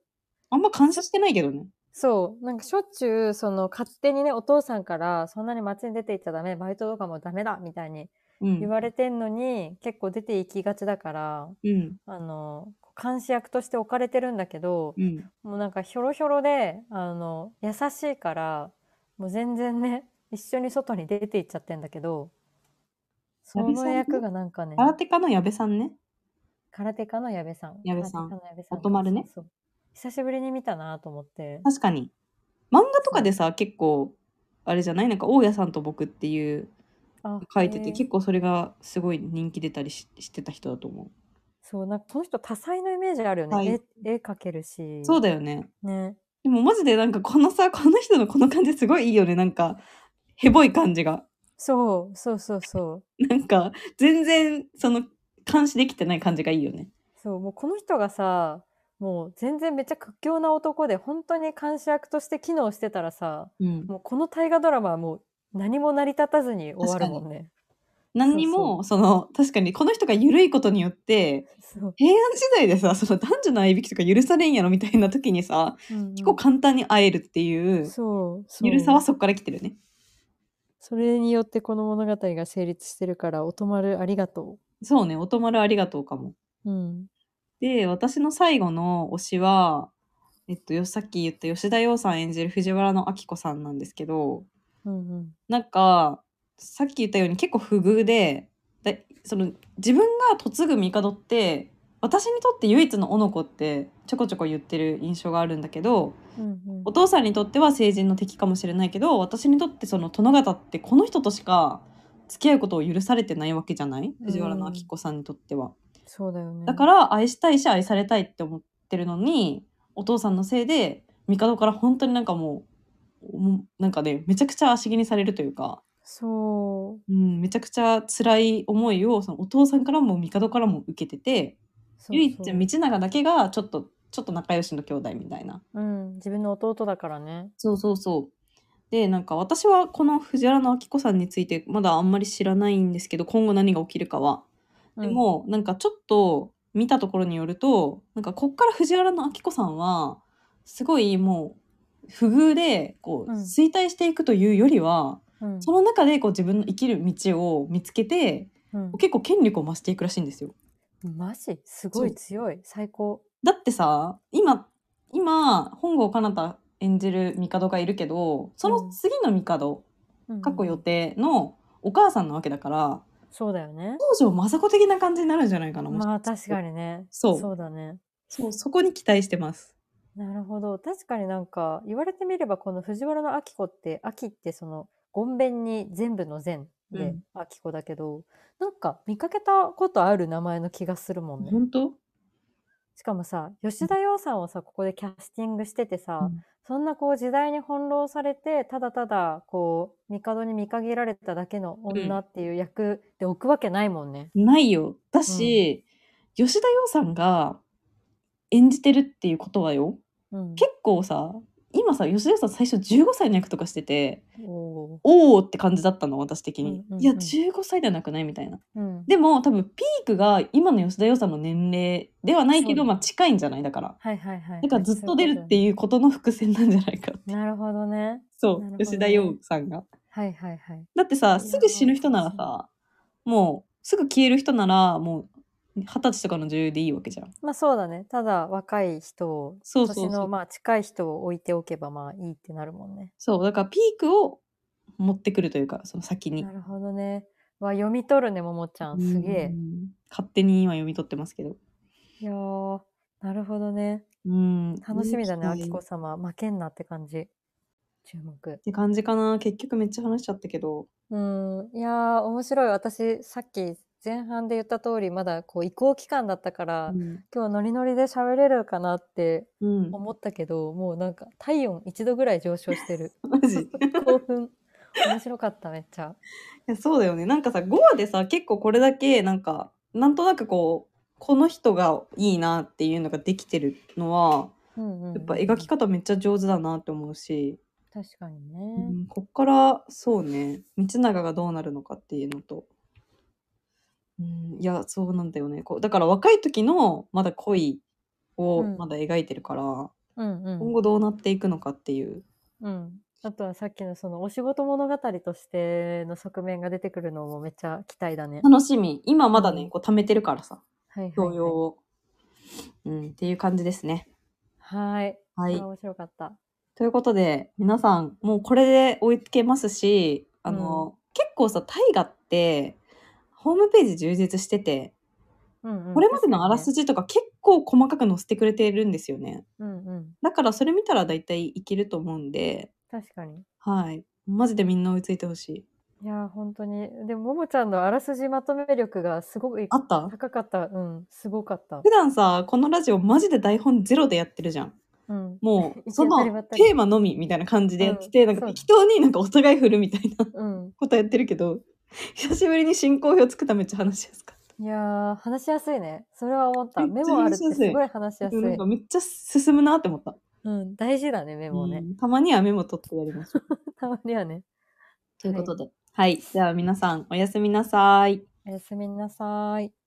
B: あんま感謝してないけどね。
A: そう。なんかしょっちゅう、その、勝手にね、お父さんから、そんなに街に出て行っちゃダメ、バイトとかもダメだ、みたいに
B: うん
A: 言われてんのに、結構出て行きがちだから、
B: うん
A: あの、監視役として置かれてるんだけど、
B: うん
A: もうなんかひょろひょろで、あの、優しいから、もう全然ね、 一緒に外に出て行っちゃってんだけど、そ
B: 矢部さん
A: の
B: ね
A: 役がなんかね、
B: 空手家の矢部さんね。
A: 空手家の矢部さん。
B: 矢部さん
A: 空手家の矢部さんか。
B: 元丸ね
A: そうそう久しぶりに見たなと思って。
B: 確かに漫画とかでさ結構あれじゃないなんか大家さんと僕っていう
A: あ
B: 書いてて、
A: へえ
B: 結構それがすごい人気出たりししてた人だと思う、
A: そう、なんかこの人多彩のイメージあるよね。
B: はい
A: 絵、絵描けるし。
B: そうだよね
A: ね。
B: でもマジでなんかこのさこの人のこの感じすごいいいよねなんかヘボい感じが
A: そう、そうそうそう。
B: なんか全然その監視できてない感じがいいよね
A: そう、もうこの人がさ、もう全然めっちゃ屈強な男で、本当に監視役として機能してたらさ、
B: うん
A: もうこの大河ドラマはもう何も成り立たずに終わるもんね。
B: 何にもその確かにこの人が緩いことによって
A: そう。
B: 平安時代でさその男女の相引きとか許されんやろみたいな時にさ結構簡単に会えるっていう
A: そう。そう
B: 緩さはそこから来てるね
A: それによってこの物語が成立してるから、おとまるありがと
B: そうね音丸ありがとうかも
A: う。うん。
B: で、私の最後の推しは、えっと、よさっき言った吉田羊さん演じる藤原の明子さんなんですけど、
A: うんうん。
B: なんか、さっき言ったように結構不遇で、だその自分が嫁ぐ帝って、私にとって唯一の男の子ってちょこちょこ言ってる印象があるんだけど、
A: うんうん
B: お父さんにとっては成人の敵かもしれないけど、私にとってその殿方ってこの人としか付き合うことを許されてないわけじゃない藤原の明子さんにとっては。
A: そうだよね。
B: だから愛したいし愛されたいって思ってるのにお父さんのせいで帝から本当になんかもうもうなんかねめちゃくちゃ足切りされるというか、
A: そう。
B: うん、めちゃくちゃ辛い思いをそのお父さんからも帝からも受けてて
A: そう
B: 唯一
A: そう
B: 道長だけがちょっとちょっと仲良しの兄弟みたいな。
A: うん、自分の弟だからね。
B: そうそうそうでなんか私はこの藤原の明子さんについてまだあんまり知らないんですけど今後何が起きるかは
A: うん
B: で、も、なんかちょっと見たところによるとなんかこっから藤原の明子さんはすごいもう不遇でこう
A: うん
B: 衰退していくというよりは、
A: うん
B: その中でこう自分の生きる道を見つけて
A: うん
B: 結構権力を増していくらしいんですよ。
A: マジすご
B: そ
A: いう強い。最高。
B: だってさ今今本郷奏多演じる帝がいるけどその次の帝、
A: うんうん
B: 過去予定のお母さんなわけだから
A: そうだよね。
B: 東条政子的な感じになるんじゃないかなもし
A: まあ確かにね。
B: そう
A: そうだね。
B: そうそこに期待してます。
A: なるほど。確かになんか、言われてみれば、この藤原の秋子って、秋ってその、ごんべんに全部の善
B: う
A: で
B: ん、
A: 秋子だけど、なんか見かけたことある名前の気がするもんね。
B: 本当
A: しかもさ、吉田羊さんをさ、ここでキャスティングしててさ、
B: うん
A: そんなこう時代に翻弄されて、ただただこう、帝に見限られただけの女っていう役で置くわけないもんね。
B: ないよだし、吉田羊さんが演じてるっていうことはよ
A: うん、
B: 結構さ今さ吉田さん最初15歳の役とかしてて
A: 構、
B: おーって感じだったの私的
A: うん
B: に、
A: うんうん
B: いや15歳ではなくないみたいな
A: うん、
B: でも多分ピークが今の吉田洋さんの年齢ではないけ
A: そう
B: ど、
A: だね
B: まあ、近いんじゃないだから
A: はいはいはい。
B: だからずっと出るっていうことの伏線なんじゃないかって
A: なるほどね。な
B: そう、
A: るほどね
B: 吉田洋さんが
A: はいはいはい。
B: だって
A: や
B: さすぐ死ぬ人ならさもうすぐ消える人ならもう二十歳とかの女優でいいわけじゃん
A: まあそうだね。ただ若い人を、
B: そうそうそう
A: 年のまあ近い人を置いておけばまあいいってなるもんね。
B: そうだからピークを持ってくるというかその先に
A: なるほどね。わ、読み取るね、ももちゃん。すげえ
B: う。ん勝手に今読み取ってますけど
A: いやー、なるほどね。
B: うん
A: 楽しみだね、あ
B: き
A: きこ様。負けんなって感じ。注目
B: っ。て感じかな結局めっちゃ話しちゃったけど
A: うん、いやー、面白い。私、さっき前半で言った通り、まだこう移行期間だったから、
B: うん、
A: 今日ノリノリで喋れるかなって
B: うん、
A: 思ったけど、もうなんか体温1度ぐらい上昇してる。
B: マジい
A: 興奮。面白かった、めっちゃ。
B: やそうだよねなんかさ5話でさ結構これだけなんかなんとなくこうこの人がいいなっていうのができてるのは
A: うんうんうん、
B: やっぱ描き方めっちゃ上手だなって思うし、
A: 確かにね。
B: うんこっからそうね道長がどうなるのかっていうのと、うん、いやそうなんだよねこうだから若い時のまだ恋を
A: うん
B: まだ描いてるから、
A: うんうん。
B: 今後どうなっていくのかっていう、
A: うん、あとはさっきのそのお仕事物語としての側面が出てくるのもめっちゃ期待だね。
B: 楽しみ今まだね、
A: うん
B: こう貯めてるからさ
A: はいはい、
B: 教養
A: はい。
B: を、うん、っていう感じですね。
A: はい。
B: は
A: こ
B: い
A: れは面白かった。
B: ということで皆さんもうこれで追いつけますしあの、結構さ大河ってホームページ充実してて
A: うんうん、
B: これまでのあらす
A: じ。
B: じとか結構細かく載せてくれてるんですよね
A: うんうん。
B: だからそれ見たら大体いけると思うんで
A: 確かに。
B: はいマジでみんな追いついてほし
A: い
B: い
A: やー、本当に。でも、ももちゃんのあらすじまとめ力がすごく
B: あった
A: 高かった。うん、すごかった
B: 普。段さこのラジオマジで台本ゼロでやってるじゃん
A: うん。
B: も
A: 行
B: う
A: き
B: そ
A: 当た
B: の
A: りばったり
B: テーマのみみたいな感じでやってて、
A: うん
B: なんか
A: そう
B: 適当になんかお互い振るみたいな
A: うん。
B: ことやってるけど久しぶりに進行表作ったらめっちゃ話しやすかった
A: いやー、話しやすいね。それは思った。
B: め
A: メ
B: っちゃ
A: モあるっ
B: 話し
A: て
B: やすい
A: すごい話しやす
B: でもなん
A: い
B: か。めっちゃ進むなって思った。
A: うん、大事だね、メモね。
B: うんたまにはメモ取ってやりましょう。
A: たまにはね。
B: ということで。はい。では皆さん、おやすみなさい。
A: おやすみなさーい。